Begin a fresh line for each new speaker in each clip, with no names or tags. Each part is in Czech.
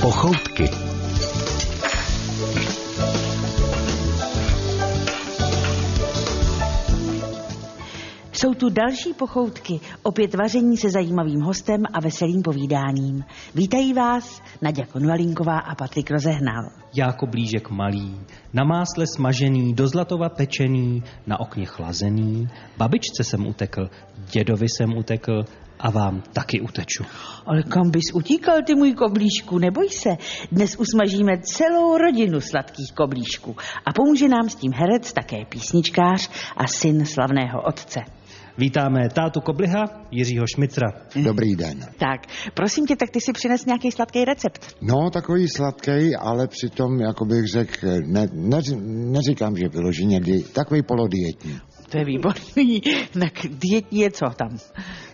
Pochoutky.
Jsou tu další pochoutky, opět vaření se zajímavým hostem a veselým povídáním. Vítají vás Nadia Konvalinková a Patrik Rozehnal.
Jáko Jako blížek malý, na másle smažený, do zlatova pečený, na okně chlazený, babičce jsem utekl, dědovi jsem utekl a vám taky uteču.
Ale kam bys utíkal, ty můj koblížku, neboj se. Dnes usmažíme celou rodinu sladkých koblížků a pomůže nám s tím herec, také písničkář a syn slavného otce.
Vítáme tátu Kobliha, Jiřího Šmicra.
Dobrý den.
Tak, prosím tě, tak ty si přines nějaký sladký recept.
No, takový sladký, ale přitom, jako bych řekl, ne, ne, neříkám, že vyloženě, kdy- takový polodietní.
To je výborný. Tak dietní je co tam?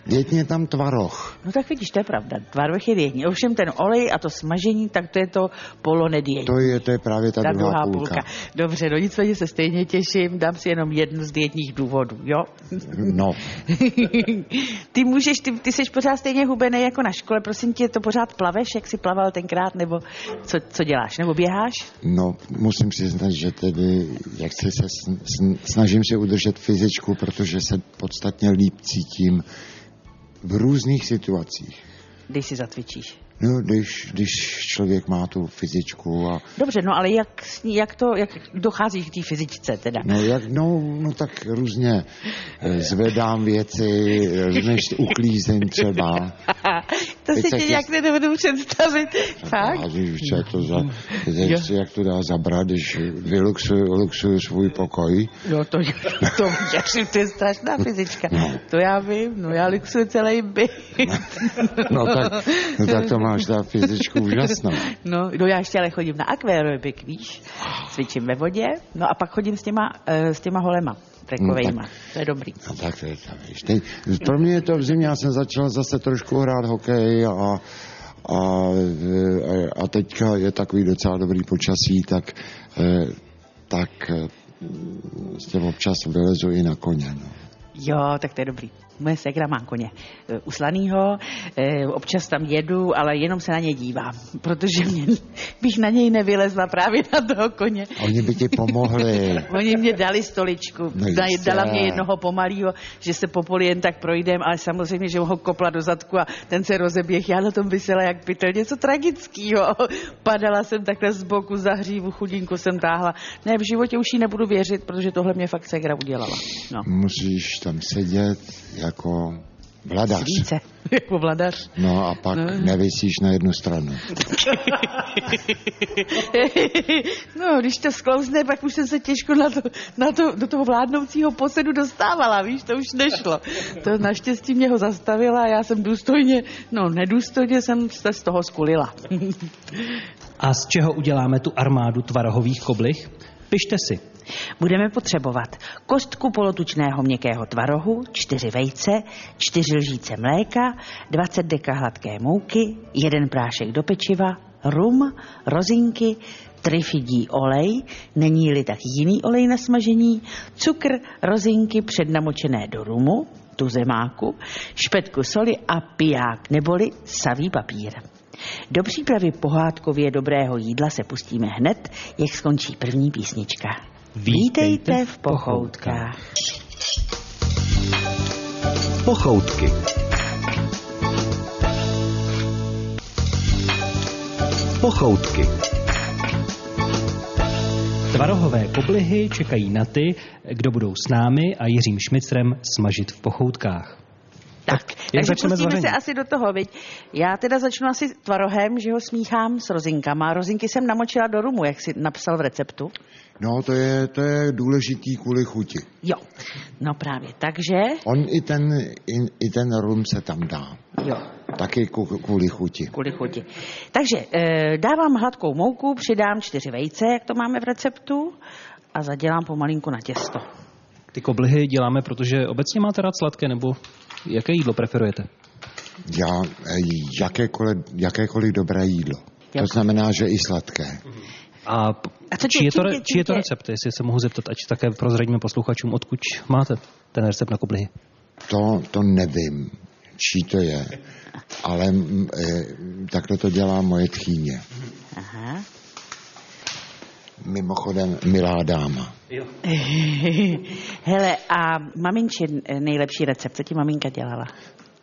Dietní je tam tvaroh.
No tak vidíš, to je pravda. Tvarvech je dietní. Ovšem ten olej a to smažení, tak to je to polonedietní.
To je, to je právě ta,
Ta
druhá, půlka.
Dobře, no nicméně se stejně těším, dám si jenom jednu z dietních důvodů, jo?
No,
ty můžeš, ty, ty jsi pořád stejně hubený jako na škole, prosím tě, to pořád plaveš, jak jsi plaval tenkrát, nebo co, co děláš, nebo běháš?
no, musím přiznat, že tedy, jak se, se sn- sn- snažím si udržet fyzičku, protože se podstatně líp cítím v různých situacích.
Když si zatvičíš.
No, když, když člověk má tu fyzičku a
Dobře, no ale jak, s ní- jak to, jak docházíš k té fyzičce teda?
No jak, no, no tak různě eh, zvedám věci, eh, než uklízím třeba.
to
teď
si
se
tě
chys-
nějak nedovedu představit. Tak?
A když co je to za, teď, si jak to dá zabrat, když vyluxuju luxuju svůj pokoj.
No to, to věřím, to je strašná fyzička. To já vím, no já luxuju celý byt.
No tak, no, tak to máš ta fyzičku úžasnou.
No, no já ještě ale chodím na akvarobik, víš, cvičím ve vodě, no a pak chodím s těma, eh, s těma holema, trekovejma, to je dobrý.
No tak to je to, víš. Teď, pro mě je to v zimě, já jsem začal zase trošku hrát hokej a, a, eh, a teďka je takový docela dobrý počasí, tak, eh, tak eh, s tím občas vylezu i na koně. No.
Jo, tak to je dobrý. Moje segra má koně eh, uslanýho, eh, občas tam jedu, ale jenom se na ně dívám, protože mě, bych na něj nevylezla právě na toho koně.
Oni by ti pomohli.
Oni mě dali stoličku,
No
Daj-
jistě.
dala mě jednoho pomalýho, že se po poli jen tak projdem, ale samozřejmě, že ho kopla do zadku a ten se rozeběh. Já na tom vysela jak pytel, něco tragického. Padala jsem takhle z boku za hřívu, chudinku jsem táhla. Ne, v životě už jí nebudu věřit, protože tohle mě fakt segra udělala. No.
Musíš tam sedět jako vladař.
Více, jako vladař.
No a pak nevisíš na jednu stranu.
no, když to sklouzne, pak už jsem se těžko na to, na to, do toho vládnoucího posedu dostávala, víš, to už nešlo. To naštěstí mě ho zastavila a já jsem důstojně, no nedůstojně jsem se z toho skulila.
A z čeho uděláme tu armádu tvarohových koblih? Pište si.
Budeme potřebovat kostku polotučného měkkého tvarohu, čtyři vejce, čtyři lžíce mléka, 20 deka hladké mouky, jeden prášek do pečiva, rum, rozinky, trifidí olej, není-li tak jiný olej na smažení, cukr, rozinky přednamočené do rumu, tuzemáku, špetku soli a piják neboli savý papír. Do přípravy pohádkově dobrého jídla se pustíme hned, jak skončí první písnička. Vítejte v pochoutkách.
Pochoutky. Pochoutky.
Tvarohové koblihy čekají na ty, kdo budou s námi a Jiřím Šmicrem smažit v pochoutkách.
Tak, takže
začneme s
pustíme
vařením?
se asi do toho, viď? Já teda začnu asi tvarohem, že ho smíchám s rozinkama. Rozinky jsem namočila do rumu, jak si napsal v receptu.
No to je, to je důležitý kvůli chuti.
Jo, no právě, takže...
On i ten, i, i ten rum se tam dá.
Jo,
Taky ku- kvůli chuti.
kvůli chuti. Takže e, dávám hladkou mouku, přidám čtyři vejce, jak to máme v receptu, a zadělám pomalinku na těsto.
Ty koblihy děláme, protože obecně máte rád sladké, nebo jaké jídlo preferujete?
Já eh, jakékoliv, jakékoliv dobré jídlo. To
Jak-
znamená, že i sladké.
A, p-
A co tě-
či, je to,
čím
re-
tě-
či je to
čím tě-
recept, jestli se mohu zeptat, ať také prozradíme posluchačům, odkud máte ten recept na koblihy.
To, to nevím, e, čí to je, ale mm, eh, takhle to dělá moje tchýně. Mimochodem, milá dáma.
Hele, a maminčin eh, nejlepší recept, co ti maminka dělala?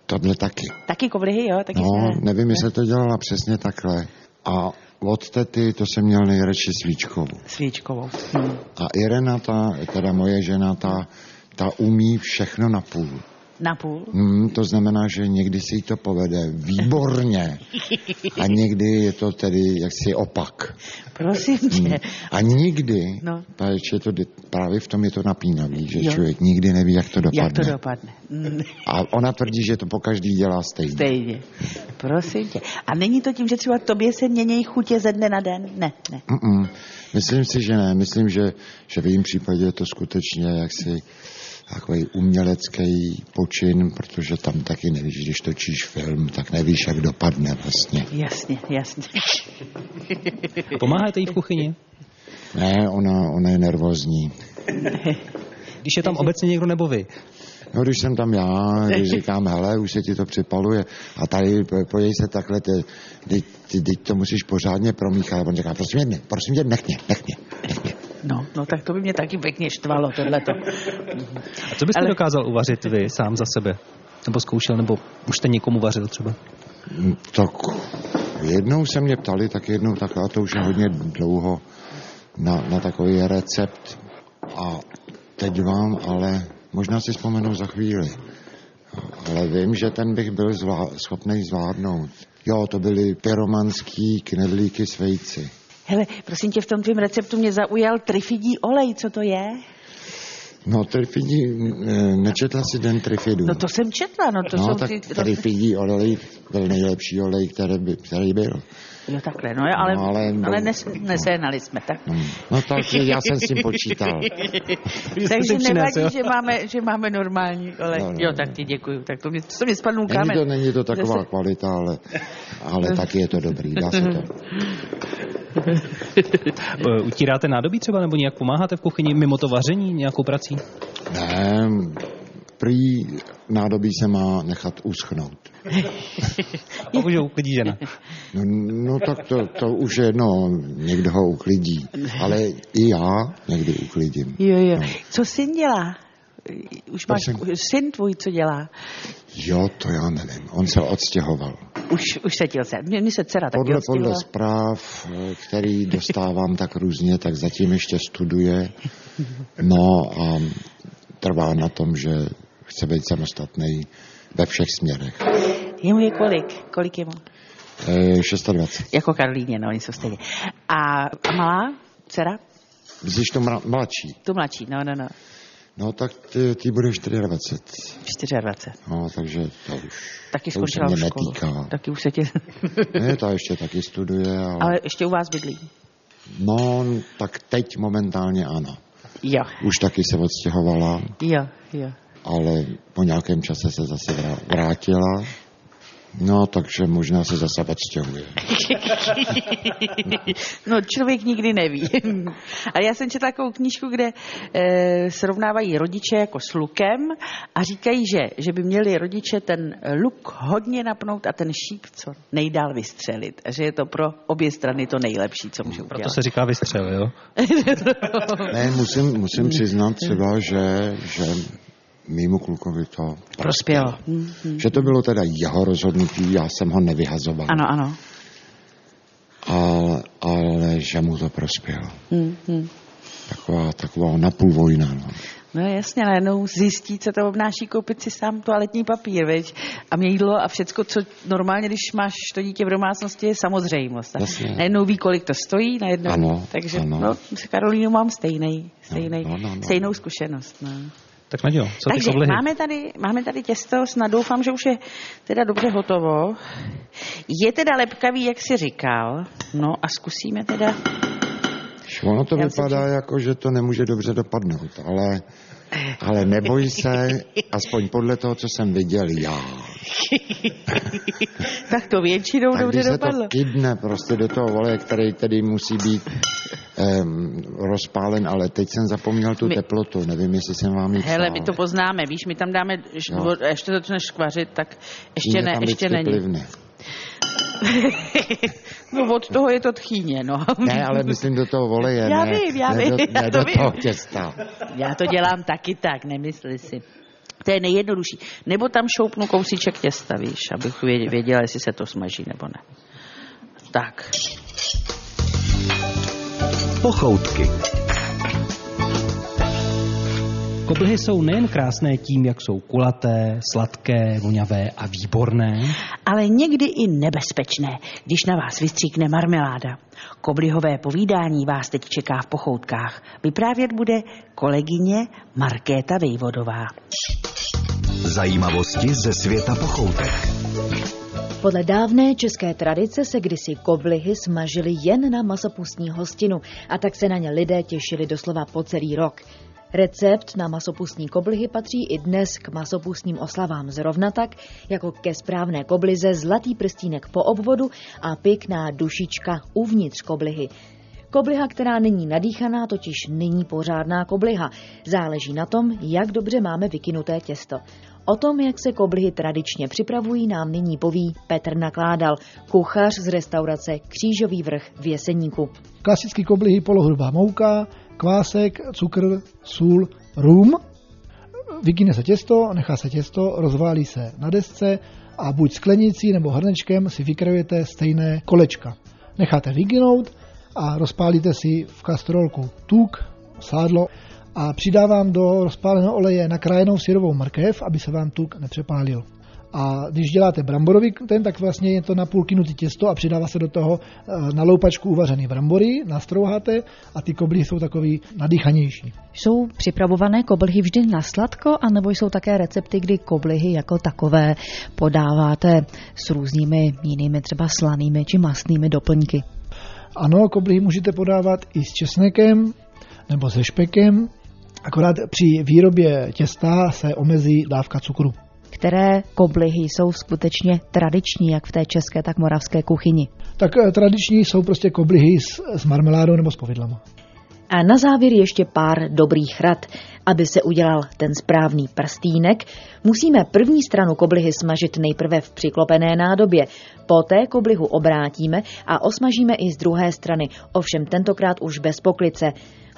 Tohle taky.
Taky kovlihy, jo? Taky
No,
se...
nevím, jestli to dělala přesně takhle. A od tety to jsem měl nejradši svíčkovou.
Svíčkovou. Hm.
A Irena, ta, teda moje žena, ta, ta umí všechno na půl.
Na půl?
Hmm, to znamená, že někdy si jí to povede výborně a někdy je to tedy jaksi opak.
Prosím tě.
A nikdy,
No.
no. je to, di- právě v tom je to napínavý, že
Jo.
jo. člověk nikdy neví, jak to dopadne.
Jak to dopadne? Hm,
A ona tvrdí, že to po každý dělá stejně.
Stejně. Prosím tě. A není to tím, že třeba tobě se měnějí chutě ze dne na den? Ne, ne.
Mm-mm. Myslím si, že ne. Myslím, že, že v jejím případě je to skutečně jaksi takový umělecký počin, protože tam taky nevíš, když točíš film, tak nevíš, jak dopadne vlastně.
Jasně, jasně.
Pomáháte jí v kuchyni?
Ne, ona, ona je nervózní.
Když je tam obecně někdo nebo vy?
No, když jsem tam já, když říkám, hele, už se ti to připaluje a tady po- pojej se takhle, ty, ty, ty, ty to musíš pořádně promíchat. A on říká, prosím tě, ne, prosím tě, nech mě, nech mě.
No, no tak to by mě taky pěkně štvalo, tohleto.
A co byste
Ale-
Ale... dokázal uvařit vy sám za sebe? Nebo zkoušel, nebo už jste někomu vařil třeba?
Mm, Tak jednou se mě ptali, tak jednou tak, a to už je hodně dlouho, na, na takový recept. A teď vám, ale možná si vzpomenu za chvíli. Ale vím, že ten bych byl zvlá- schopný zvládnout. Jo, to byly pyromanský knedlíky s vejci.
Hele, prosím tě, v tom tvém receptu mě zaujal trifidí olej, co to je?
No, trifidí, eh, nečetla si den trifidů.
No to jsem četla, no to
no,
jsou
tak
ty...
trifidí olej byl nejlepší olej, který, by, který byl.
Jo, takhle, no, ale,
No,
ale,
ale-
ale nes, neséhnali jsme, tak.
No tak já jsem s tím počítal.
Takže
si přinesl,
nevadí,
jo?
že máme, že máme normální olej.
No, no,
jo, tak ti děkuju. Tak to mě, to mě spadnul
Není
kámen.
to, není to taková
Zase-
kvalita, ale, ale taky je to dobrý, dá se to.
E, Utíráte nádobí třeba, nebo nějak pomáháte v kuchyni mimo to vaření nějakou prací?
Ne, prý nádobí se má nechat uschnout.
A už ho uklidí žena.
No, no tak to, to už je jedno, někdo ho uklidí, ale i já někdy uklidím.
Jo, jo. Co syn dělá? Už máš,
Prosím?
syn tvůj, co dělá?
Jo, to já nevím, on se odstěhoval.
Už, už se ti lze. Mně mně se dcera taky
Podle,
odstěhovala.
podle zpráv, eh, který dostávám tak různě, tak zatím ještě studuje. No a trvá na tom, že chce být samostatný ve všech směrech.
Jemu je kolik? Kolik je mu?
Eh, 26.
Jako Karolíně, no, oni jsou stejně. A, a malá dcera?
Když to mra- mladší,
Tu mladší, no, no, no.
no tak ty, ty bude 24.
24.
No, takže to už.
Taky
to už se
skončila
mě
v školu.
netýká. No.
Taky už se tě...
Ne, ta ještě taky studuje, ale,
Ale ještě u vás bydlí.
no, tak teď momentálně ano.
Jo,
Už taky se odstěhovala,
jo, jo.
ale po nějakém čase se zase vrá- vrátila. No, takže možná se zase odstěhuje.
No, člověk nikdy neví. Ale já jsem četla takovou knížku, kde e, srovnávají rodiče jako s lukem a říkají, že, že by měli rodiče ten luk hodně napnout a ten šíp co nejdál vystřelit. A že je to pro obě strany to nejlepší, co můžou
Proto
udělat.
se říká vystřel, jo?
Ne, musím, musím přiznat třeba, že, že mýmu klukovi to Mhm.
Prospělo. Hm.
Že to bylo teda jeho rozhodnutí, já jsem ho nevyhazoval.
Ano, ano.
Ale, ale že mu to prospělo.
Hm, hm.
Taková, taková napůl vojna. No.
No jasně, najednou zjistí, co to obnáší koupit si sám toaletní papír, veď? A mějídlo a všecko, co normálně, když máš to dítě v domácnosti, je samozřejmost. A
Jasně.
Najednou ví, kolik to stojí, najednou.
Ano,
Takže
ano.
No, s Karolínou mám stejnej, stejnej,
No, no, no, no.
stejnou zkušenost. No.
Tak Nadějo, co ty
Takže
kovlihy?
máme tady, máme tady těsto, snad doufám, že už je teda dobře hotovo. Je teda lepkavý, jak si říkal. No a zkusíme teda...
Ono to
Já myslím,
vypadá jako, že to nemůže dobře dopadnout, ale, ale neboj se, aspoň podle toho, co jsem viděl já.
Tak to většinou
Tak
dobře
když se
dopadlo.
to kydne prostě do toho oleje, který tedy musí být um, rozpálen, ale teď jsem zapomněl tu
My-
teplotu, nevím, jestli jsem vám ji
Hele,
psal.
my to poznáme, víš, my tam dáme, š-
Jo.
vo- a ještě začneš kvařit, tak
Tím
ještě
je
ne,
No. tam
ještě
vždycky
není.
plivne.
no od toho je to tchýně, no.
Ne, ale myslím do toho voleje.
Já
ne,
vím, já
ne,
vím,
Do,
já
ne
to
do
vím.
toho těsta.
Já to dělám taky tak, nemysli si. To je nejjednodušší. Nebo tam šoupnu kousíček těsta, víš, abych vě- věděla, jestli se to smaží nebo ne. Tak.
pochoutky,
Koblihy jsou nejen krásné tím, jak jsou kulaté, sladké, voňavé a výborné,
Ale někdy i nebezpečné, když na vás vystříkne marmeláda. Koblihové povídání vás teď čeká v pochoutkách. Vyprávět bude kolegyně Markéta Vejvodová.
zajímavosti ze světa pochoutek,
Podle dávné české tradice se kdysi koblihy smažily jen na masopustní hostinu a tak se na ně lidé těšili doslova po celý rok. Recept na masopustní koblihy patří i dnes k masopustním oslavám zrovna tak, jako ke správné koblize zlatý prstínek po obvodu a pěkná dušička uvnitř koblihy. Kobliha, která není nadýchaná, totiž není pořádná kobliha. Záleží na tom, jak dobře máme vykinuté těsto. O tom, jak se koblihy tradičně připravují, nám nyní poví Petr Nakládal, kuchař z restaurace Křížový vrch v Jeseníku.
Klasicky koblihy polohrubá mouka, kvásek, cukr, sůl, rum. Vykyne se těsto, nechá se těsto, rozválí se na desce a buď sklenicí nebo hrnečkem si vykrajujete stejné kolečka. Necháte vykynout a rozpálíte si v kastrolku tuk, sádlo a přidávám do rozpáleného oleje nakrájenou syrovou mrkev, aby se vám tuk nepřepálil. A když děláte bramborový ten, tak vlastně je to na půl kinutý těsto a přidává se do toho eh, na loupačku uvařený brambory, nastrouháte a ty koblihy jsou takový nadýchanější.
Jsou připravované koblihy vždy na sladko, anebo jsou také recepty, kdy koblihy jako takové podáváte s různými jinými třeba slanými či mastnými doplňky?
Ano, koblihy můžete podávat i s česnekem nebo se špekem, akorát při výrobě těsta se omezí dávka cukru.
Které koblihy jsou skutečně tradiční, jak v té české, tak moravské kuchyni?
Tak eh, tradiční jsou prostě koblihy s, s marmeládou nebo s povidlama.
A na závěr ještě pár dobrých rad. Aby se udělal ten správný prstínek, musíme první stranu koblihy smažit nejprve v přiklopené nádobě. Poté koblihu obrátíme a osmažíme i z druhé strany, ovšem tentokrát už bez poklice.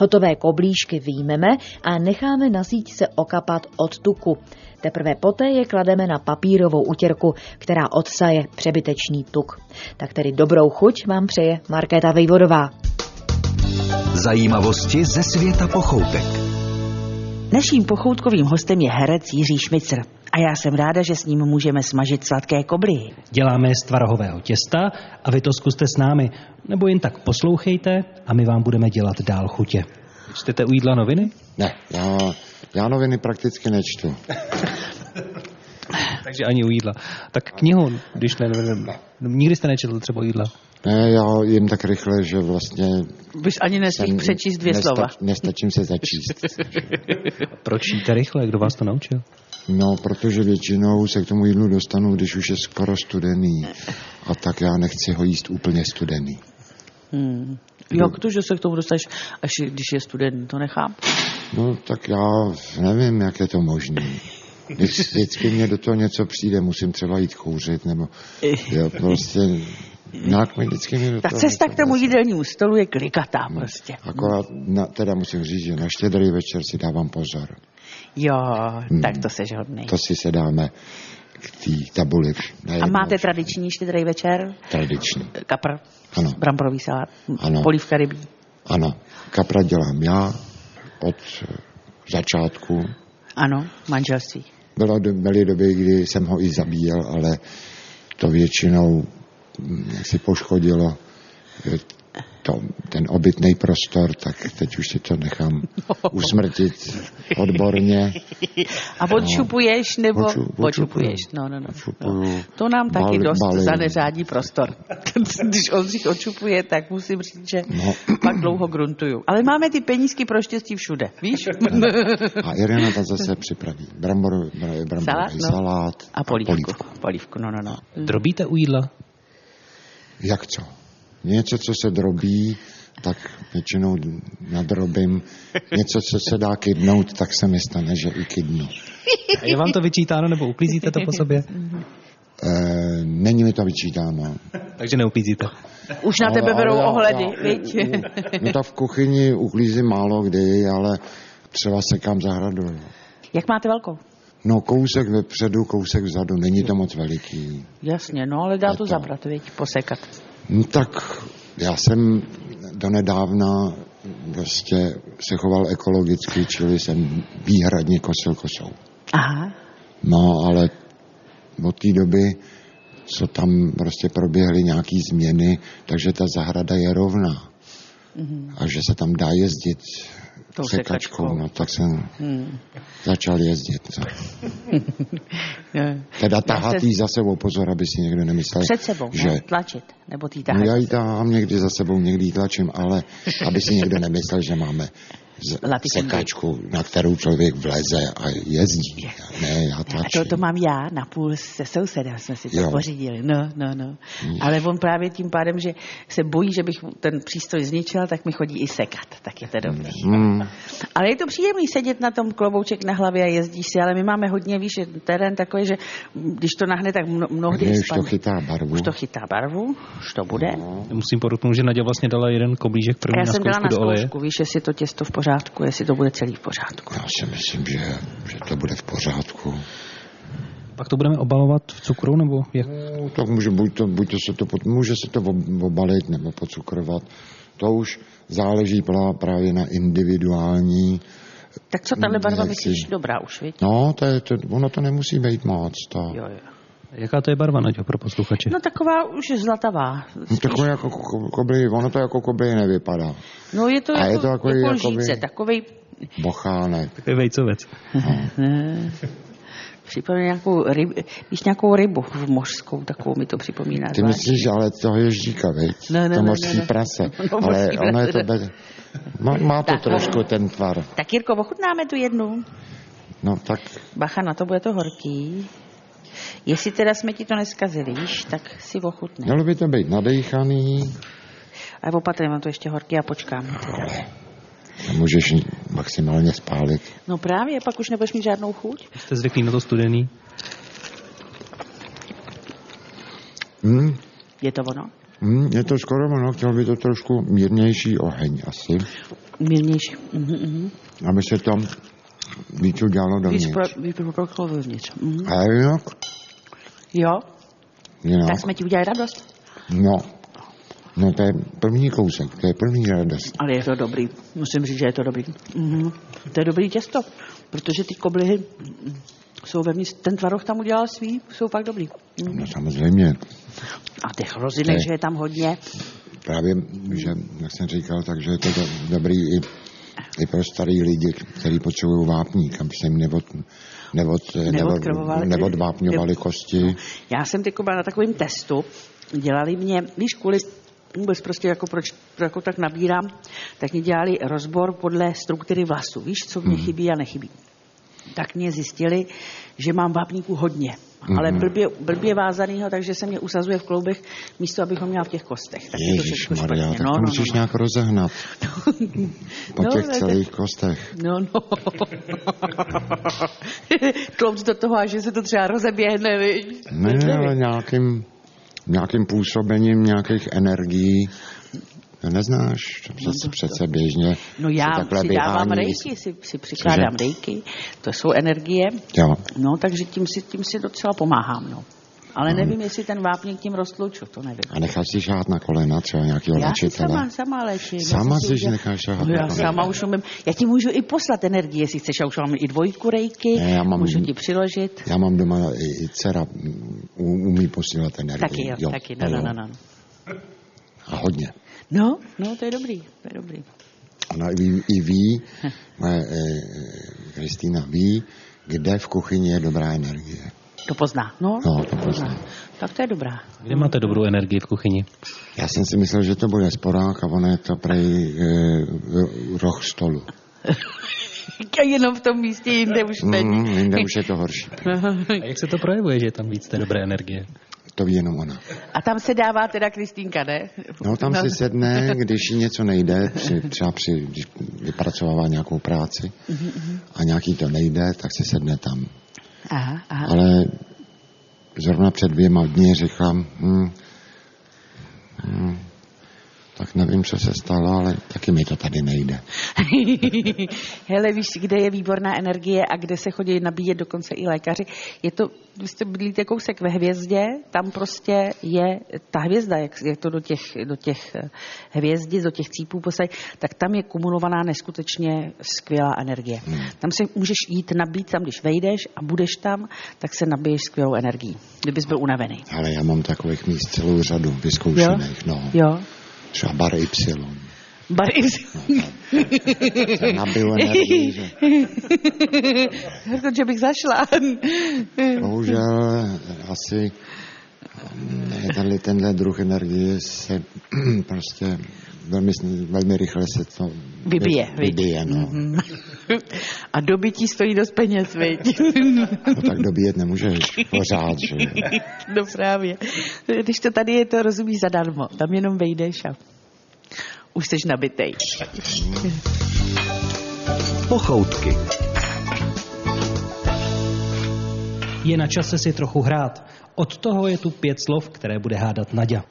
Hotové koblížky vyjmeme a necháme na síť se okapat od tuku. Teprve poté je klademe na papírovou utěrku, která odsaje přebytečný tuk. Tak tedy dobrou chuť vám přeje Markéta Vejvodová.
zajímavosti ze světa pochoutek.
Naším pochoutkovým hostem je herec Jiří Šmicr a já jsem ráda, že s ním můžeme smažit sladké koblihy.
děláme je z tvarohového těsta a vy to zkuste s námi, nebo jen tak poslouchejte a my vám budeme dělat dál chutě. Čtete u jídla noviny?
Ne, já, já noviny prakticky nečtu.
Takže ani u jídla. Tak knihu, když ne, ne, ne, no, nikdy jste nečetl třeba u jídla.
Ne, já jim tak rychle, že vlastně...
Bys ani nesmí
jsem-
přečíst dvě
nesta-
slova.
Nestačím se začíst.
Proč jíte rychle? Kdo vás to naučil?
No, protože většinou se k tomu jídlu dostanu, když už je skoro studený. A tak já nechci ho jíst úplně studený.
Hmm. Jak to, že se k tomu dostaneš, až když je student, to nechám.
No, tak já nevím, jak je to možné. Vždycky mě do toho něco přijde, musím třeba jít kouřit, nebo jo, prostě nějak mi vždycky mě do
Ta
toho
cesta
něco
k tomu
vleze.
jídelnímu stolu je klikatá
Hmm.
prostě.
Akorát, na, teda musím říct, že na štědrý večer si dávám pozor.
Jo, tak to seš hodnej.
Hmm. To si se dáme k té tabuli.
A
najednou.
máte tradiční štědrý večer?
Tradiční.
Kapr,
Ano.
bramborový salát,
Ano.
polívka rybí.
Ano, kapra dělám já od eh, začátku.
Ano, manželství.
Bylo, do- byly doby, kdy jsem ho i zabíjel, ale to většinou hm, jak si poškodilo eh, to, ten obytný prostor, tak teď už si to nechám
No.
usmrtit odborně.
A odšupuješ nebo
Odšu-
odšupuješ?
odšupuju.
No, no, no.
Odšupuju.
no. To nám taky
Bal-
dost
balím.
zaneřádí prostor. Když Oldřich odšupuje, tak musím říct, že
No.
pak dlouho gruntuju. Ale máme ty penízky pro štěstí všude, víš?
A Irena ta zase připraví brambor,
salát,
br- bramborový
no.
salát
A polívku. polívku. no, no, no.
Drobíte u jídla?
Jak co? Něco, co se drobí, tak většinou nadrobím. Něco, co se dá kydnout, tak se mi stane, že i kydnu.
Je vám to vyčítáno nebo uklízíte to po sobě?
E, není mi to vyčítáno.
Takže neupízíte.
Už na tebe
Ale-
berou
ale já-
ohledy,
já-
viď?
No tak v kuchyni uklízím málo kdy, ale třeba sekám zahradu. jo.
Jak máte velkou?
No kousek vepředu, kousek vzadu, není to moc veliký.
Jasně, no ale dá
Je
to
to-
zabrat, viď, posekat.
No tak já jsem donedávna prostě se choval ekologicky, čili jsem výhradně kosil kosou.
Aha,
No, ale od té doby, co tam prostě proběhly nějaké změny, takže ta zahrada je rovná. Mm-hmm. A že se tam dá jezdit
Mhm. Tou sekačkou.
sekačkou, no tak jsem hmm. začal jezdit. No.
je.
Teda
Já
tahat
se-
jí za sebou, pozor, aby si někdo nemyslel,
před sebou,
že...
ne? Tlačit, nebo ty
No
tahat.
já ji tahám někdy za sebou, někdy ji tlačím, ale aby si někdo nemyslel, že máme z-
Latifundy.
sekačku, na kterou člověk vleze a jezdí. Ne, já
A
tlačím.
to, to mám já na půl se sousedem, jsme si to
Jo.
pořídili. No, no, no. Ale on právě tím pádem, že se bojí, že bych mu ten přístroj zničila, tak mi chodí i sekat. Tak je to dobrý.
Hmm.
Ale je to příjemný sedět na tom klobouček na hlavě a jezdíš si, ale my máme hodně výš terén takový, že když to nahne, tak mno- mnohdy
Ne,
i
už to
spadne.
chytá barvu. No.
Už to chytá barvu, už to bude.
Musím podotknout, že Naděja vlastně dala jeden koblížek
A
první
já
na
jsem dala
zkoušku
na
do oleje.
zkoušku, víš, jestli to těsto v pořádku, jestli to bude celý v pořádku.
Já si myslím, že, že to bude v pořádku.
Pak to budeme obalovat v cukru, nebo jak?
No, tak může, buď to, buď to se to, pod, může se to ob- obalit nebo pocukrovat. To už záleží pla- právě na individuální.
Tak co tahle barva
Nechci.
myslíš? Dobrá už, viď?
No, to je, to, ono to nemusí být moc. To.
Jo, jo.
Jaká to je barva, Nadějo, pro posluchače?
No taková už zlatavá.
No, takové jako ko- koblí, ono to jako koblí nevypadá.
No je to,
A
jako,
je to takový
jako
jakoby-
lžíce, takovej,
Bochánek.
To je vejcovec.
připomíná nějakou, ryb, víš, nějakou rybu v mořskou, takovou mi to připomíná.
Ty
zvlášť.
myslíš, ale toho ježdíka, viď?
Ne, ne,
to
ne,
mořský
ne, ne.
prase.
No,
ale
mořský
ono je
prase,
to
ne.
bez... Má, má to
Tak. no.
trošku ten tvar.
Tak Jirko, ochutnáme tu jednu.
No tak,
Bacha, na to bude to horký. Jestli teda jsme ti to neskazili, víš, tak si ochutnej.
mělo by to být nadejchaný.
A opatrně, mám to ještě horký a počkám. Teda.
Můžeš maximálně spálit.
No právě, pak už nebudeš mít žádnou chuť.
Jste zvyklí na to studený?
Hmm,
Je to ono?
hmm, je to skoro ono, chtěl by to trošku mírnější oheň asi,
Mírnější. Mhm, mhm.
aby se to víc udělalo
Víc
dovnitř.
pro- víc proproklo vevnitř. Mhm.
A jinak,
Jo,
jinak,
tak jsme ti udělali radost.
no, no to je první kousek, to je první radost.
Ale je to dobrý. Musím říct, že je to dobrý. Mhm. To je dobrý těsto, protože ty koblihy mm, jsou vevnitř. Ten tvaroh tam udělal svý, jsou fakt dobrý. Mhm.
No samozřejmě,
A těch hrozinek,
Ne.
že je tam hodně.
právě, že, jak jsem říkal, takže je to do, dobrý i, i pro starý lidi, kteří potřebují vápník, aby se jim nevod, nevod, nevod,
Neodkrvovali-
neodvápňovaly
no,
kosti.
Já jsem teď byla na takovém testu, dělali mě, víš, kvůli vůbec prostě jako proč jako tak nabírám, tak mě dělali rozbor podle struktury vlasů. Víš, co
Mhm.
mě chybí a nechybí. Tak mě zjistili, že mám vápníků hodně, ale
Mhm.
blbě, blbě vázanýho, takže se mě usazuje v kloubech místo, abych ho měla v těch kostech. Tak je to
Ježíš
všechno
Maria,
špatně.
tak to musíš nějak rozehnat po
No,
těch
ne, tak-
celých kostech.
No, no. Tlouc do toho, až že se to třeba rozeběhne, viď?
Ne, ale nějakým, nějakým působením nějakých energií. To neznáš, to přece, přece běžně.
No
se
já
takhle
si dávám
vyhání.
rejky, si, si přikládám
Cože?
rejky, to jsou energie,
Jo.
no takže tím si, tím si docela pomáhám, no. Ale nevím, jestli ten vápník tím roztluču, to nevím.
A necháš si žáhat na kolena třeba nějakého
Já si
léčitele.
sama, sama léčím. já
Sama
jsem
si
udělala-
necháš
No,
šahat jako na
Já
kolena.
sama už umím. Já ti můžu i poslat energii, jestli chceš. Já už mám i dvojku rejky,
Ne, já mám-
můžu ti přiložit.
Já mám doma i, i dcera mm, u- umí posílat energii.
Taky jo, taky, no,
jo,
no,
jo.
no, no.
A hodně.
No, no, to je dobrý, to je dobrý.
Ona i, i ví, moje eh, Kristýna ví, kde v kuchyni je dobrá energie.
To pozná, no,
No, to pozná.
Tak to je dobrá.
Kde máte dobrou energii v kuchyni?
Já jsem si myslel, že to bude sporák a ono je to prej e, roh stolu.
A jenom v tom místě, jinde už není.
Mm, jinde už je to horší.
A jak se to projevuje, že je tam víc té dobré energie?
To ví jenom ona.
A tam se dává teda Kristýnka, ne?
No tam si sedne, když jí něco nejde, při, třeba při, když vypracovává nějakou práci a nějaký to nejde, tak si sedne tam.
Aha, aha.
Ale zrovna před dvěma dny řekla, hm, hm, tak nevím, co se stalo, ale taky mi to tady nejde.
Hele, víš, kde je výborná energie a kde se chodí nabíjet dokonce i lékaři. Je to, vy jste bydlíte kousek ve hvězdě, tam prostě je ta hvězda, jak, jak to do těch, do těch eh, hvězdic, do těch cípů posadí, tak tam je kumulovaná neskutečně skvělá energie.
Hmm.
Tam se můžeš jít nabít, tam když vejdeš a budeš tam, tak se nabiješ skvělou energií, kdybys byl unavený.
Ale já mám takových míst celou řadu vyzkoušených, no.
Jo?
Třeba bar Y.
Bar
Se nabiju energii, že
že bych zašla.
bohužel eh, asi mm, tenhle, tenhle druh energie se prostě velmi, velmi rychle se to vy-
Vybije, viď? Mhm.
vybije no.
A dobytí stojí dost peněz, viď?
no. tak dobíjet nemůžeš pořád, že jo.
No právě. Když to tady je, to rozumíš zadarmo. Tam jenom vejdeš a už jsi nabitej.
Pochoutky.
Je na čase si trochu hrát. Od toho je tu pět slov, které bude hádat Nadia.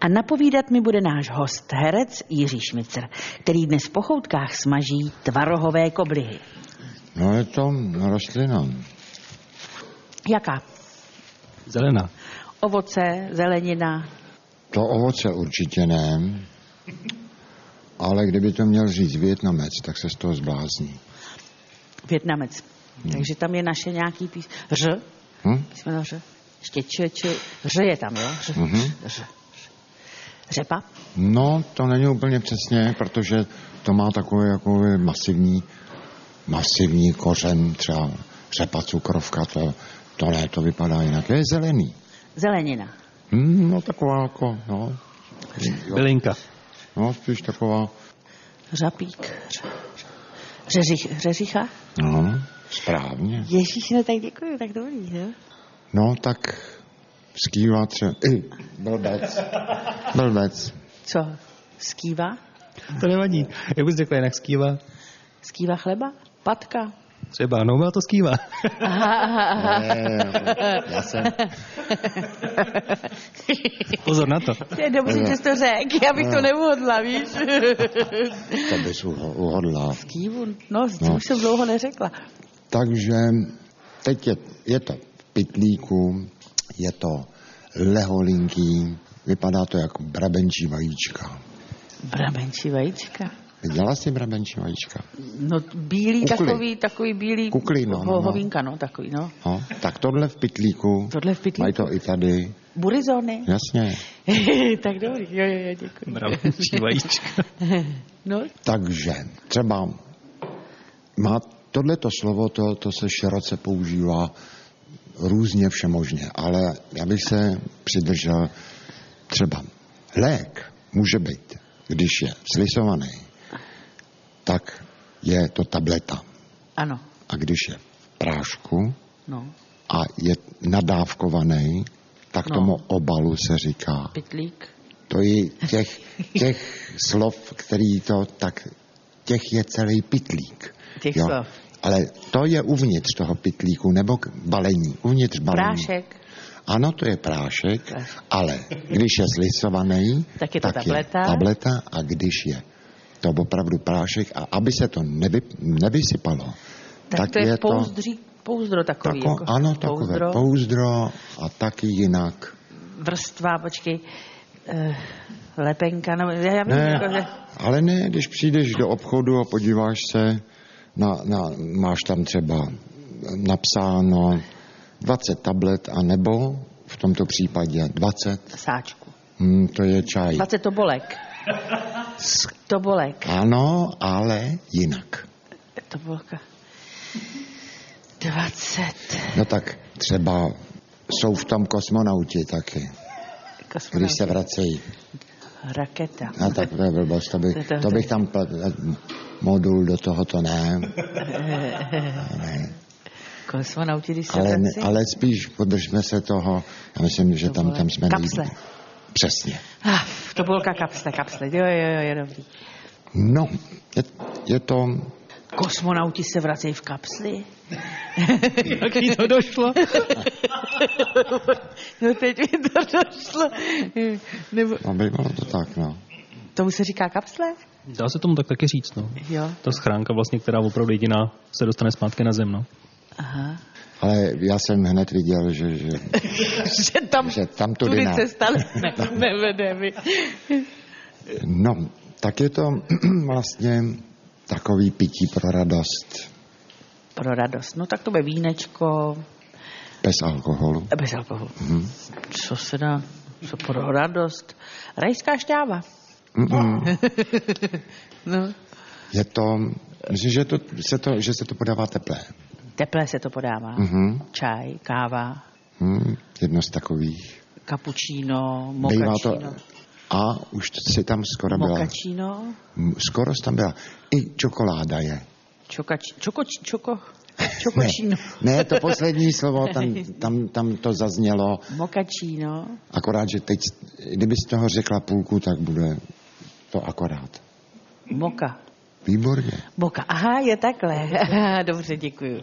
A napovídat mi bude náš host, herec Jiří Šmicr, který dnes v pochoutkách smaží tvarohové koblihy.
No je to rostlina.
Jaká?
Zelená.
Ovoce, zelenina.
To ovoce určitě ne, ale kdyby to měl říct Větnamec, tak se z toho zblázní.
Větnamec. Hmm. Takže tam je naše nějaký pís... Ř?
Hm?
Jsme na ř? Ještě č, č. Ř je tam, jo? Ř.
Mhm.
Mm-hmm. ř. Řepa?
No, to není úplně přesně, protože to má takový jako masivní, masivní kořen, třeba řepa, cukrovka, to, to ne, to vypadá jinak. Je zelený.
Zelenina.
Hm, no, taková jako, no. Jo,
Bylinka.
no, spíš taková,
Řapík. Ř. Řeřich, řeřicha?
no, správně.
Ježíš, no tak děkuji, tak dobrý, jo?
No, tak skývá třeba, i, blbec, blbec.
Co? Skýva?
To nevadí. Jak bys řekla, jinak skývá?
Skýva chleba? Patka?
Třeba, no má to skývá.
Já jsem,
Pozor na to.
To je dobrý, že jsi to řekl, já bych to neuhodla, víš?
to bys uho- uhodla.
Skývu? No, to už jsem dlouho neřekla.
Takže teď je, je to v pitlíku, je to leholinký, vypadá to jako brabenčí vajíčka.
Bramenčí vajíčka.
Viděla jsi brabenčí vajíčka?
No, bílý,
Kukly.
takový, takový bílý
Kukly, no, no, no.
hovinka, no, takový, no.
No, tak tohle v pitlíku.
Tohle v pitlíku.
Mají to i tady.
Burizony.
Jasně.
tak dobrý, jo, jo, jo, děkuji.
Mravenčí vajíčka.
No,
Takže třeba má tohleto slovo, to, to se široce používá různě všemožně, ale já bych se přidržel třeba lék může být, když je slisovaný, tak je to tableta.
ano,
A když je v prášku
no,
a je nadávkovaný, tak
No.
no. tomu obalu se říká
pitlík.
to je těch, těch slov, který to tak, těch je celý pitlík.
Těch slov.
Ale to je uvnitř toho pitlíku, nebo k balení, uvnitř balení.
Prášek.
Ano, to je prášek,
Tak.
ale když je slisovaný,
Tak je to tableta.
je tableta a když je to opravdu prášek a aby se to nevy, nevysypalo,
Tak,
tak,
to je,
je to...
pouzdří, pouzdro takový.
Tako,
jako,
ano, takové pouzdro. pouzdro a taky jinak.
vrstva, počkej, eh, lepenka, no, já, já vím,
Ne,
jako, že...
ale ne, když přijdeš do obchodu a podíváš se, na, na, máš tam třeba napsáno 20 tablet a nebo v tomto případě 20,
Sáčku.
hm, to je čaj.
20 tobolek. Tobolek.
Ano, ale jinak.
Tobolka. 20.
No tak třeba jsou v tom kosmonauti taky, když
Kosmonaut.
se vracejí.
Raketa.
A tak to je blbost, to, by,
To- to-
to bych tam pl- modul do toho to ne.
Kosmonauti, když se
Ale,
vrací.
ale spíš podržme se toho, já myslím, že tam, tam jsme...
Kapsle.
Přesně.
Ah, tobolka, kapsle, kapsle. Jo, jo, jo, je dobrý.
No, je, je to
Kosmonauti se vracejí v kapsli.
Jak jí to došlo?
No teď mi to došlo. Nebo,
A bývalo to tak, no.
tomu se říká kapsle?
Dá se tomu tak taky říct, no.
Jo.
Ta schránka vlastně, která opravdu jediná se dostane zpátky na zem, no.
Aha.
Ale já jsem hned viděl, že, že
Že tam,
Že tam tudy
tudy
ne.
cesta ne, nevede mi.
No, tak je to vlastně takový pití pro radost.
Pro radost. No tak to bude vínečko
Bez alkoholu.
eh, bez alkoholu.
Mhm.
Hmm. Co se dá? Co pro radost? Rajská šťáva.
Mm-mm.
No.
Je to, myslím, že, to, se to, že se to podává teplé.
Teplé se to podává.
Mhm.
Čaj, káva,
Hm, jedno z takových.
kapučíno,
Bývá
mokačíno.
to, a už si tam skoro byla.
Mokačíno,
M, Skoro tam byla. I čokoláda je.
čokač, čoko, čoko, čokočíno.
Ne, ne, to poslední slovo, tam, tam, tam to zaznělo,
Mokačíno,
akorát, že teď, kdyby z toho řekla půlku, tak bude to akorát.
moka.
Výborně.
Moka, aha, je takhle. Aha, Dobře, děkuji.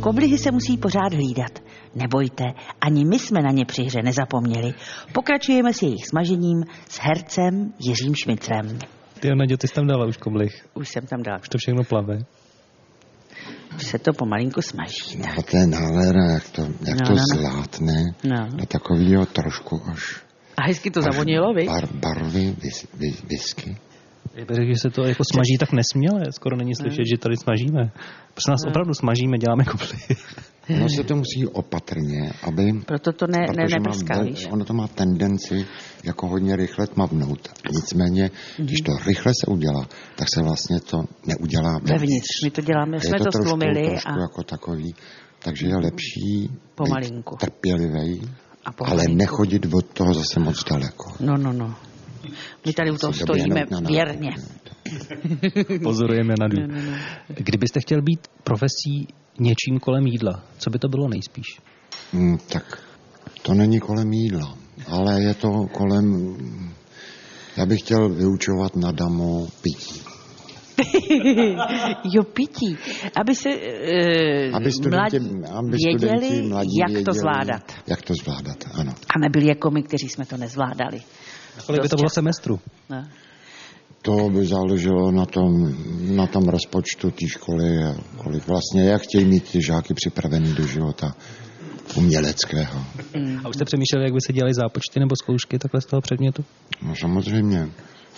Koblihy se musí pořád hlídat. Nebojte, ani my jsme na ně při hře nezapomněli. Pokračujeme s jejich smažením s hercem Jiřím Šmicrem.
Ty, Nadě, ty jsi tam dala už koblih.
Už jsem tam dala,
Už to všechno plave.
už se to pomalinku smaží.
No a to je nádhera, jak to, jak
No,
to
no, no.
zlátne.
No.
Na takovýho trošku až...
A hezky to
až
zavonilo, vy?
Bar, barvy, vis, vis, visky.
Já bych řekl, že se to jako smaží tak nesměle, skoro není slyšet, že tady smažíme. Prostě nás opravdu smažíme, děláme koblihy.
Ono No, se to musí opatrně, aby...
Proto to ne, ne,
protože má,
neprská,
vel-
víš?
ono to má tendenci jako hodně rychle tmavnout. Nicméně,
Mhm.
když to rychle se udělá, tak se vlastně to neudělá
Vevnitř. My to děláme,
A je
jsme to,
trošku,
stlumili
trošku
a-
jako takový. Takže je lepší být
Pomalinku.
trpělivej,
A
ale
pomalinku.
nechodit od toho zase moc daleko.
No, no, no. My tady u toho
Si doběhnout
stojíme
na nákup,
věrně.
ne?
Pozorujeme na dů. Kdybyste chtěl být profesí něčím kolem jídla, co by to bylo nejspíš?
Hmm, tak to není kolem jídla, ale je to kolem... Já bych chtěl vyučovat na damo pití.
Jo, pití. Aby se e,
Aby studenti,
mladí
aby
věděli,
studenti mladí
jak
věděli,
to zvládat.
Jak to zvládat, ano.
A nebyli jako my, kteří jsme to nezvládali.
Kolik by to
Dost
bylo
často.
semestru?
No.
To by záleželo na tom, na tom rozpočtu té školy, a kolik vlastně, jak chtějí mít ty žáky připravený do života uměleckého.
A už jste přemýšleli, jak by se dělali zápočty nebo zkoušky takhle z toho předmětu?
No samozřejmě,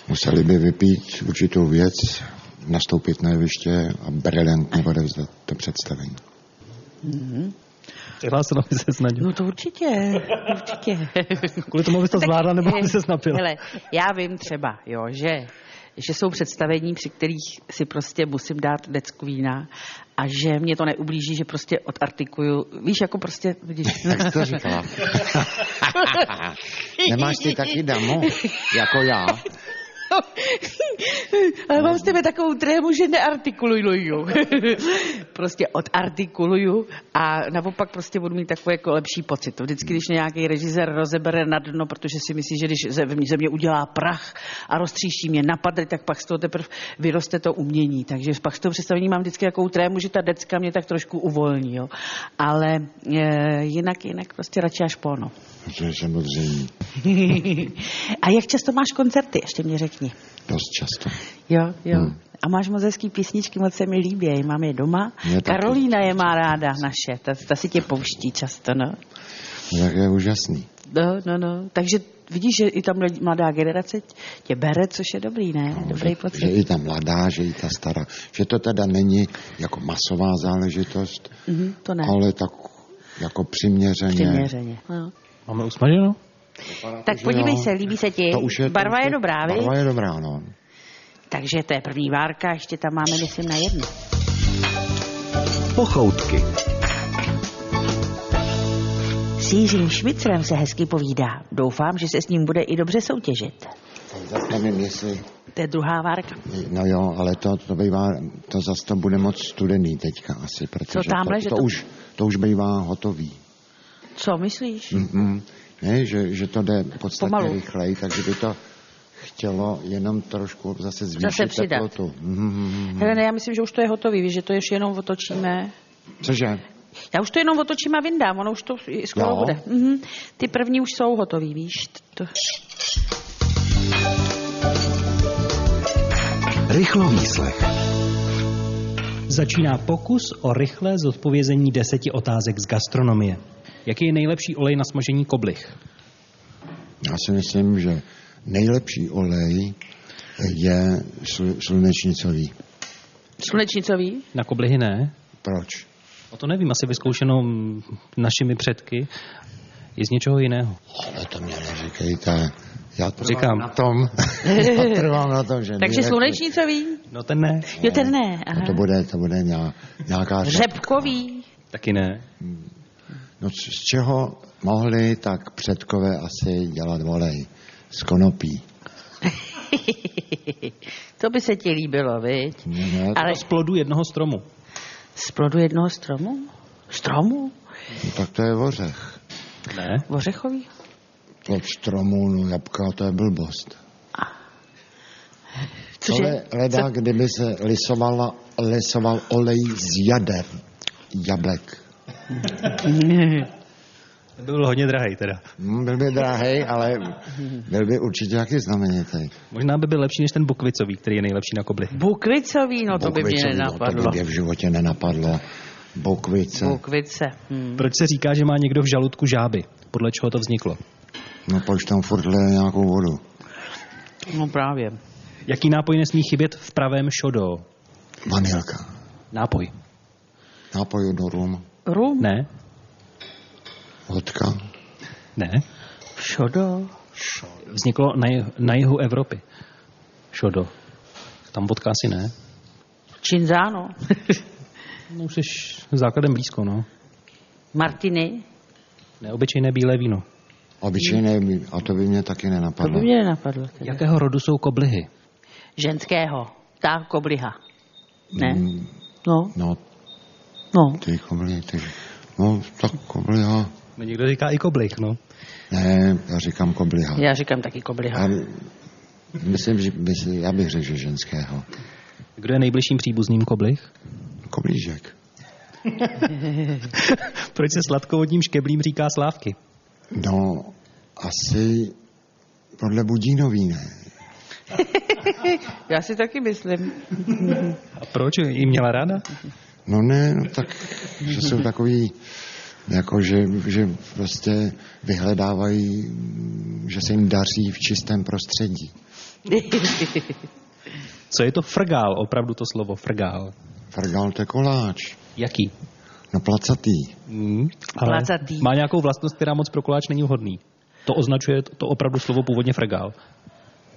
museli by vypít určitou věc, nastoupit na jeviště a brilantně odevzdat to představení.
Přihlásila by se snadě.
no to určitě, určitě. eh,
Kvůli tomu bys to zvládla nebo by se snapila?
Hele, já vím třeba, jo, že, že jsou představení, při kterých si prostě musím dát decku vína a že mě to neublíží, že prostě odartikuju. Víš, jako prostě, vidíš.
Tak jsi to říkala. Nemáš ty taky damu, jako já?
Ale mám s tebe takovou trému, že neartikuluju. prostě odartikuluju a naopak prostě budu mít takový jako lepší pocit. To Vždycky, když mě nějaký režisér rozebere na dno, protože si myslí, že když ze ze mě udělá prach a roztříší mě na padry, tak pak z toho teprve vyroste to umění. Takže pak z toho představení mám vždycky takovou trému, že ta decka mě tak trošku uvolní. Jo. Ale e, jinak, jinak prostě radši až porno.
To je samozřejmě
a jak často máš koncerty, ještě mě řekni.
dost často.
Jo, jo. Hmm. A máš moc hezký písničky, moc se mi líbí, já je mám je doma.
Mě taky.
Karolína je má ráda naše, ta, ta si tě pouští často, no.
Tak je úžasný.
No, no, no. Takže vidíš, že i ta mlad- mladá generace tě bere, což je dobrý, ne? No, Dobrý
že,
pocit.
že i ta mladá, že i ta stará. Že to teda není jako masová záležitost,
Mhm, to ne.
ale tak jako přiměřeně.
Přiměřeně. No.
Máme usmaženo?
Tak
že
podívej
jo.
se, líbí se ti.
To už je,
Barva
to už
je dobrá, vy?
Barva je dobrá, no.
Takže to je první várka, ještě tam máme, myslím, na jednu.
Pochoutky.
S Jiřím Šmicrem se hezky povídá. Doufám, že se s ním bude i dobře soutěžit.
Tak Zase nevím, jestli...
To je druhá várka.
No jo, ale to, to bývá, to zase to bude moc studený teďka asi, protože
tamhle,
to,
že
to,
to-
už, to už bývá hotový.
Co myslíš?
Mm-hmm. Ne, že, že to jde podstatně
Pomalu.
rychleji, takže by to chtělo jenom trošku zase zvýšit
Zase přidat.
teplotu. Mhm.
Helene, já myslím, že už to je hotový, víš, že to ještě jenom otočíme.
Cože?
Já už to jenom otočím a vyndám, ono už to i skoro
Jo.
bude. Mhm. Ty první už jsou hotový, víš. To...
Rychlo výslech.
Začíná pokus o rychlé zodpovězení deseti otázek z gastronomie. Jaký je nejlepší olej na smažení koblih?
Já si myslím, že nejlepší olej je slu- slunečnicový.
Slunečnicový?
Na koblihy ne?
Proč?
O to nevím, asi vyzkoušeno mm, našimi předky. Je z něčeho jiného.
Ale to mě neříkejte. Já trvám
Říkám.
na tom. Já trvám na tom, že
Takže
nejlepší-
slunečnicový?
No ten ne.
Jo, ten ne.
No
Aha.
to bude, to bude nějaká, nějaká řep.
Řepkový.
Taky ne.
No z z čeho mohli tak předkové asi dělat olej? Z konopí.
To by se ti líbilo, viď?
Ne, ne,
Ale
No, Z plodu jednoho stromu.
z plodu jednoho stromu? Stromu?
no, tak to je ořech.
Ne.
Ořechový?
Plod stromů, no jabka, to je blbost.
Cože?
Ale leda, kdyby se lisovala, lisoval olej z jader jablek.
Byl hodně drahý teda.
Hm, Byl by drahej, ale byl by určitě taky znamenitý.
Možná by byl lepší než ten bukvicový, který je nejlepší na koblihy.
Bukvicový, no to by mě
Bukvice, no, To
nenapadlo.
by mě hm. v životě nenapadlo. Bokvice.
Bukvice. Hmm.
Proč se říká, že má někdo v žaludku žáby? Podle čeho to vzniklo?
No proč tam furt lije nějakou vodu?
No právě.
Jaký nápoj nesmí chybět v pravém šodo?
Vanilka.
Nápoj.
Nápoj do rum.
Rum?
Ne?
Vodka.
Ne?
Šodo?
Vzniklo na, jih- na jihu Evropy. Šodo. Tam vodka asi ne.
Činzáno?
No už jsi základem blízko, no.
Martiny?
Neobyčejné bílé víno.
Obyčejné, a to by mě taky
To by
nenapadlo.
mě nenapadlo. Teda.
Jakého rodu jsou koblihy?
Ženského. Ta kobliha. Ne?
Mm,
No,
No,
no.
ty koblí, ty. No, tak kobliha.
No někdo říká i koblih, no.
Ne, já říkám kobliha.
Já říkám taky kobliha.
Já, myslím, že myslím, já bych řekl, že ženského.
Kdo je nejbližším příbuzným koblih?
Koblížek.
Proč se sladkovodním škeblím říká slávky?
No, asi podle Budínový ne.
Já si taky myslím.
A proč? Jí měla ráda?
No ne, no tak, že jsou takový, jako že, že prostě vyhledávají, že se jim daří v čistém prostředí.
Co je to frgál? Opravdu to slovo frgál.
Frgal to je koláč.
Jaký?
No placatý.
Mm,
Placatý.
má nějakou vlastnost, která moc pro koláč není vhodný. To označuje to, to opravdu slovo původně frgál.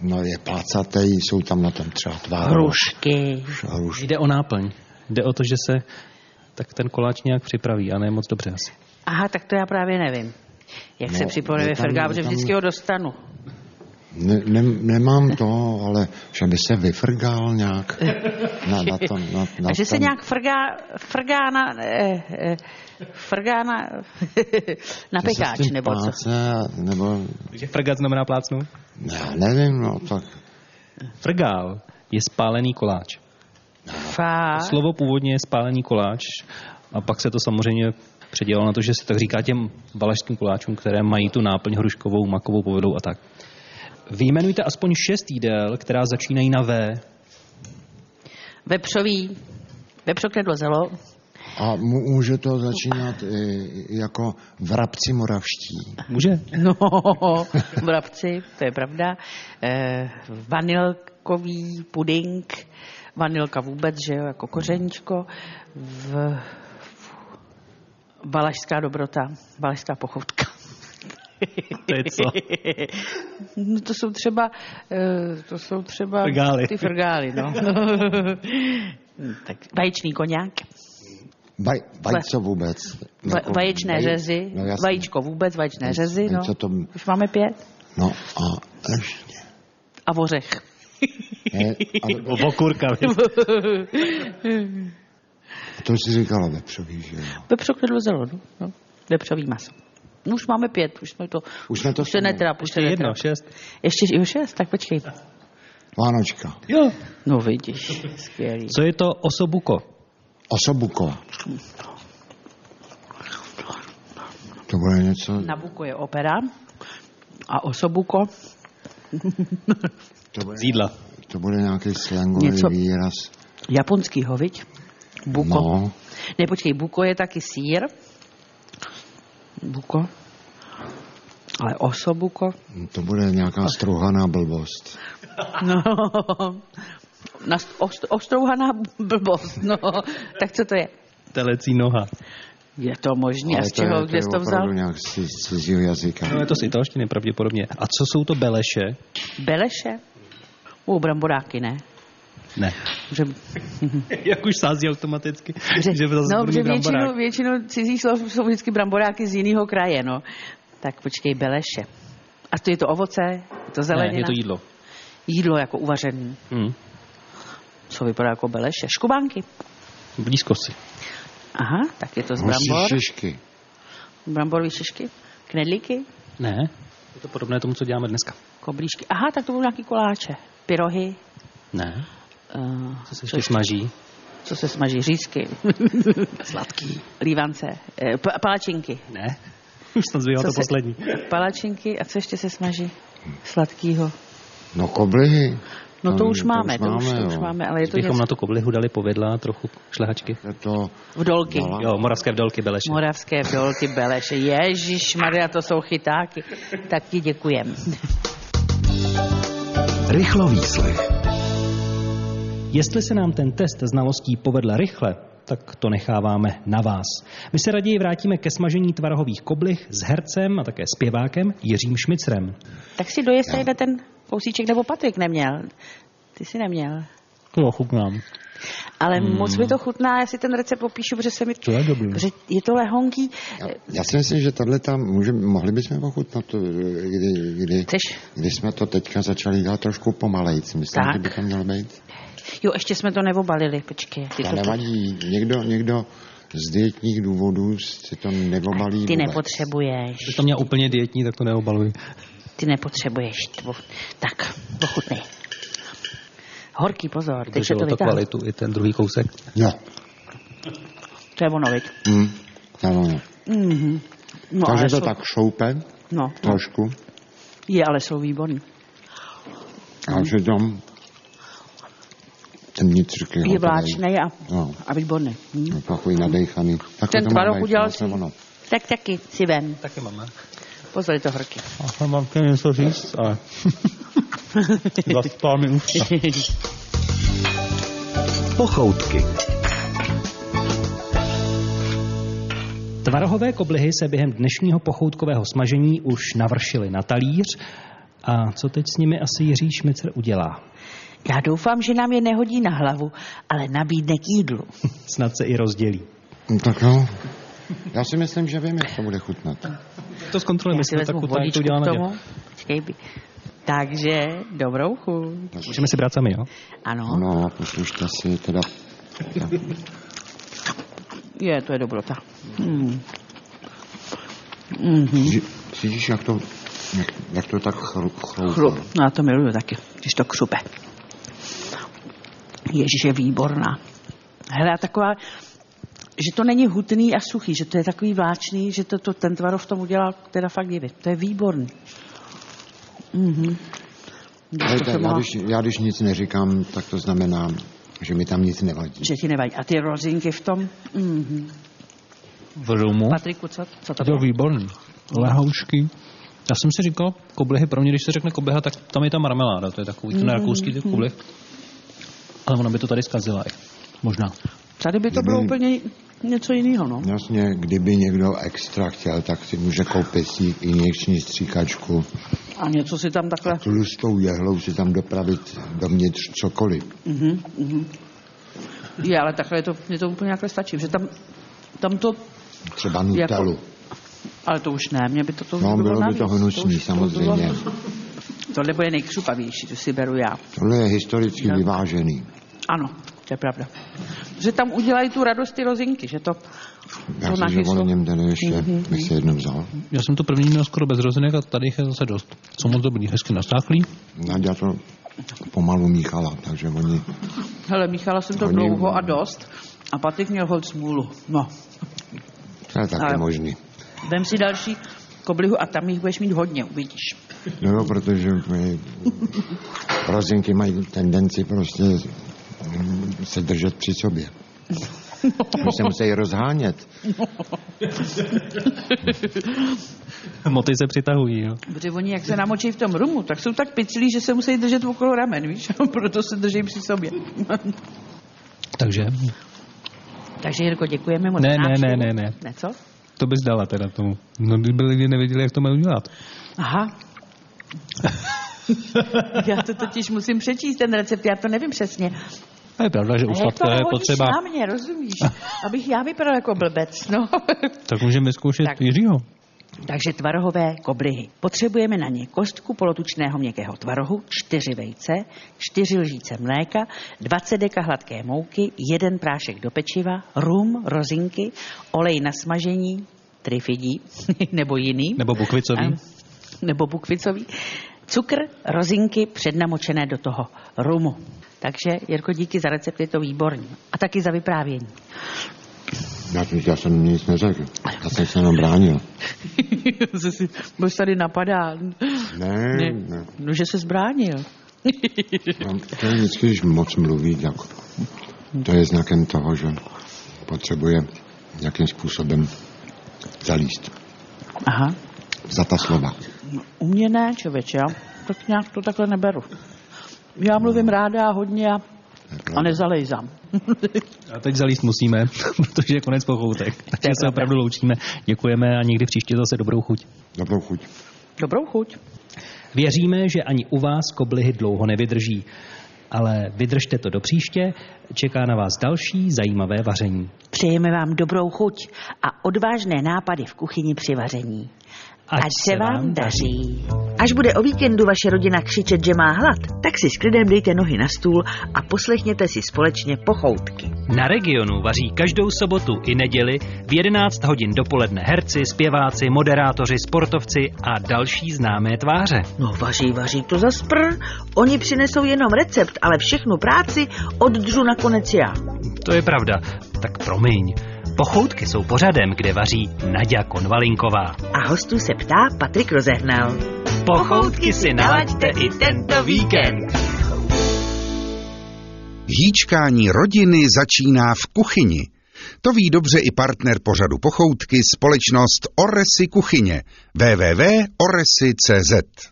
No je placatý, jsou tam na tom třeba tváro.
Hrušky.
Hruš.
Jde o náplň. Jde o to, že se tak ten koláč nějak připraví a ne moc dobře asi.
Aha, tak to já právě nevím. Jak
No,
se připravuje
je tam-
Fergá,
je
protože
tam-
vždycky ho dostanu.
Ne, ne, nemám to, ale že by se vyfrgal nějak na, na tom. Na, na
A že se
tom.
nějak frgá, frgá na, eh, eh, frgá na, na
Že se s
pekáč,
tím
nebo co?
pláce, nebo
Takže frgát znamená plácnu?
ne, já nevím, no tak
Frgál je spálený koláč.
no.
Fá.
Slovo původně je spálený koláč a pak se to samozřejmě předělalo na to, že se tak říká těm valašským koláčům, které mají tu náplň hruškovou, makovou povedou a tak. Vyjmenujte aspoň šest jídel, která začínají na V.
Vepřový, vepřokredlo zelo,
a mu- může to začínat i, jako vrabci moravští.
Může?
no, vrabci, to je pravda, eh, vanilkový puding, vanilka vůbec, že jo, jako kořeničko, v, v, valašská dobrota, valašská pochoutka.
To je co?
No to jsou třeba, eh, to jsou třeba
Frgály.
ty frgály, no. tak vaječný koněk,
Baj, bajco vůbec.
va- vaječné
vaj-
řezy,
jako no jasně.
vajíčko vůbec, vaječné
Vajec-
řezy, no.
vajco to-
Už máme pět.
No a ještě.
A ořech.
Ne, a,
Okurka.
to jsi říkala vepřový, že jo?
Vepřokrdlo zelo, no. no. Vepřový maso. No už máme pět, už jsme to...
Už jsme to
už se
sumou.
netráp, už se
Ještě jedno,
netráp.
šest.
Ještě jo, šest, tak počkej.
Vánočka.
Jo.
No vidíš, skvělý.
Co je to osobuko?
Osobuková. To bude něco,
Nabuko je opera a Osobuko,
to bude,
Z jídla.
to bude nějaký slangový
Něco-
výraz.
japonský hoviď, buko.
No,
Ne, počkej, buko je taky sír. Buko. Ale osobuko.
to bude nějaká strouhaná blbost.
No. Na st- ost- ostrouhaná blbost, no. Tak co to je?
Telecí noha.
Je to možné, a z
to je-
čeho,
to
kde
je
jsi to vzal?
opravdu nějak z, ci- z cizího jazyka.
No je to z italštiny pravděpodobně. A co jsou to beleše?
Beleše? U bramboráky, ne?
Ne.
Že,
Jak už sází automaticky.
že,
že zase
no,
budu
že
mít bramborák.
většinu, většinu cizích slov jsou vždycky bramboráky z jiného kraje, no. Tak počkej, beleše. A to je to ovoce, je to zelenina?
Ne, je to jídlo.
Jídlo jako uvařený,
Hmm.
co vypadá jako beleše. Škubánky.
Blízko si.
Aha, tak je to z
Husí
brambor.
šišky.
Bramborové šišky, knedlíky,
Ne. Je to podobné tomu, co děláme dneska.
koblížky. Aha, tak to budou nějaký koláče. Pyrohy.
Ne.
Uh,
Co se ještě smaží?
co se smaží? Řízky. Sladký. Lívance. Eh, pa- palačinky.
Ne. Už jsem zvěděl
Co
to
se-
poslední.
Palačinky a co ještě se smaží? Sladkýho.
No koblihy.
No to,
No,
už
to
máme,
už
to už,
máme,
to už
jo.
máme, ale je to
Bychom
něco
na to koblihu dali povedla trochu šlehačky.
Je to
v dolky.
Dala.
Jo, moravské vdolky beleše.
Moravské dolky Beleše. Ježíš Maria, to jsou chytáky. Tak ti děkujem.
Rychlo výslech.
Jestli se nám ten test znalostí povedl rychle, tak to necháváme na vás. My se raději vrátíme ke smažení tvarohových koblih s hercem a také zpěvákem Jiřím Šmicrem.
Tak si dojezd tady ten kousíček, nebo Patrik neměl. Ty si neměl.
No, chutnám.
Ale hmm. moc mi to chutná, já si ten recept popíšu, protože se mi...
To je dobrý.
Protože je to lehonký.
Já si myslím, že tahle tam může, mohli bychom ochutnat, to, kdy, kdy,
Chceš?
kdy jsme to teďka začali dělat trošku pomalejc. Myslím,
Tak.
že by to mělo být.
Jo, ještě jsme to neobalili, počkej. Ty,
To
to,
nevadí. Někdo, někdo z dietních důvodů si to neobalí.
ty
vůbec.
nepotřebuješ.
Když to měl úplně dietní, tak to neobaluji.
Ty nepotřebuješ. Tvo. Tak, ochutnej. Horký pozor, teď se
Drželo
to
to, to
vytáhne.
kvalitu i ten druhý kousek.
Jo.
To je ono, viď?
Hm. Ano, jo.
Mhm. No,
Takže
ale
to
jsou,
tak šoupe
No, no,
trošku.
je, ale jsou výborný.
A že tam ten vnitřky.
Je vláčnej a,
No.
a výborný. Hm?
Takový nadechaný. Tak
Ten
to má
tvarok
být,
udělal
no, to je
si.
ono.
Tak taky, si ven.
Taky máme.
Pozor, je to horký.
Já mám chtěl něco říct, ale... Zaspal mi už.
No.
Pochoutky.
Tvarohové koblihy se během dnešního pochoutkového smažení už navršily na talíř. A co teď s nimi asi Jiří Šmicr udělá?
Já doufám, že nám je nehodí na hlavu, ale nabídne k jídlu.
Snad se i rozdělí.
No, Tak jo. Já si myslím, že vím, jak to bude chutnat.
To zkontrolujeme,
Já si vezmu vodičku k tomu. Počkej, by- Takže, dobrou chuť.
Můžeme si brát sami, jo?
Ano,
No, poslušte si teda.
je, to je dobrota. Mm. Mm-hmm.
Že- Cítíš, jak to, jak, jak to tak chru, chroupá?
Chrup, no já to miluju taky, když to křupe. Ježíš je výborná. Hele, a taková, že to není hutný a suchý, že to je takový vláčný, že to, to ten tvarov v tom udělal teda fakt divy. To je výborný. Mhm. Když to
Hejte,
jsem
já,
mohla-
když, já když nic neříkám, tak to znamená, že mi tam nic nevadí.
Že ti nevadí. A ty rozinky v tom? Mhm.
V rumu.
Patriku, co, co
To
to bylo?
je výborný. Lehoušky. Já jsem si říkal, koblihy, pro mě, když se řekne kobliha, tak tam je ta marmeláda, to je takový ten rakouský ten koblih. Ale ona by to tady zkazila. i. Možná.
Tady by to bylo úplně něco jiného, no.
Jasně, kdyby někdo extra chtěl, tak si může koupit si injekční stříkačku.
A něco si tam takhle...
Tlustou jehlou si tam dopravit dovnitř cokoliv.
Mhm, mhm. Je, ale takhle je to, mě to úplně takhle stačí, že tam, tam to,
Třeba nutelu.
ale to už ne, mě by to, to už
No,
by
bylo by
navíc,
to
už-
hnusný,
by bylo-
samozřejmě.
Tohle bude nejkřupavější, to si beru já.
Tohle je historicky vyvážený.
Ano, to je pravda. Že tam udělají tu radost ty rozinky, že to,
Já
to
jsem že o
nachyslo.
něm den ještě, mm-hmm. bych si jednou vzal.
Já jsem to první měl skoro bez rozinek a tady jich je zase dost. Jsou moc dobrý, hezky nastáklý.
Nadia to pomalu míchala, takže oni...
Hele, Michala jsem to
Oni-
dlouho a dost a Patrik měl hod smůlu. No,
To je taky
Ale-
možný.
vem si další koblihu a tam jich budeš mít hodně, uvidíš.
No jo, protože my, rozinky mají tendenci prostě mm, se držet při sobě. Oni se musí rozhánět.
Moty se přitahují, jo.
Protože oni, jak se namočí v tom rumu, tak jsou tak piclí, že se musí držet okolo ramen, víš? Proto se drží při sobě.
Takže
Takže, Jirko, děkujeme moc
Ne,
za
ne,
návštěvu.
ne, ne, ne.
Ne, co?
to bys dala teda tomu. No, kdyby lidi nevěděli, jak to mají udělat.
Aha. já to totiž musím přečíst, ten recept, já to nevím přesně.
A je pravda, že u
Ale jak to
sladkého je
nahodíš
potřeba.
na mě, rozumíš? Abych já vypadal jako blbec, no.
Tak můžeme vyzkoušet
Tak.
Jiřího.
Takže tvarohové koblihy. Potřebujeme na ně kostku polotučného měkkého tvarohu, čtyři vejce, čtyři lžíce mléka, 20 deka hladké mouky, jeden prášek do pečiva, rum, rozinky, olej na smažení, trifidí nebo jiný.
Nebo bukvicový.
Ano, Nebo bukvicový. Cukr, rozinky přednamočené do toho rumu. Takže, Jirko, díky za recept, je to výborný. A taky za vyprávění.
Já, já jsem nic neřekl. Já jsem se jenom bránil.
Zase, bož tady napadá.
Ne, ne. ne.
No, že se zbránil.
No, To je vždycky, když moc mluví, tak to je znakem toho, že potřebuje nějakým způsobem zalíst
Aha.
za ta slova.
No, U mě ne, člověče, já tak nějak to takhle neberu. Já mluvím ráda a hodně a, a nezalejzám.
A teď zalíst musíme, protože je konec pochoutek. Takže se
pravda.
opravdu loučíme. Děkujeme a někdy příště zase dobrou chuť.
Dobrou chuť.
Dobrou chuť.
Věříme, že ani u vás koblihy dlouho nevydrží. Ale vydržte to do příště, čeká na vás další zajímavé vaření.
Přejeme vám dobrou chuť a odvážné nápady v kuchyni při vaření.
Ať se vám
daří. Až bude o víkendu vaše rodina křičet, že má hlad, tak si s klidem dejte nohy na stůl a poslechněte si společně pochoutky.
Na regionu vaří každou sobotu i neděli v 11 hodin dopoledne herci, zpěváci, moderátoři, sportovci a další známé tváře.
No vaří, vaří, to za spr. Oni přinesou jenom recept, ale všechnu práci oddřu nakonec já.
To je pravda, tak promiň. Pochoutky jsou pořadem, kde vaří Nadia Konvalinková.
A hostů se ptá Patrik Rozehnal.
Pochoutky si nalaďte i tento víkend.
Hýčkání rodiny začíná v kuchyni. To ví dobře i partner pořadu Pochoutky, společnost Oresy Kuchyně www.oresy.cz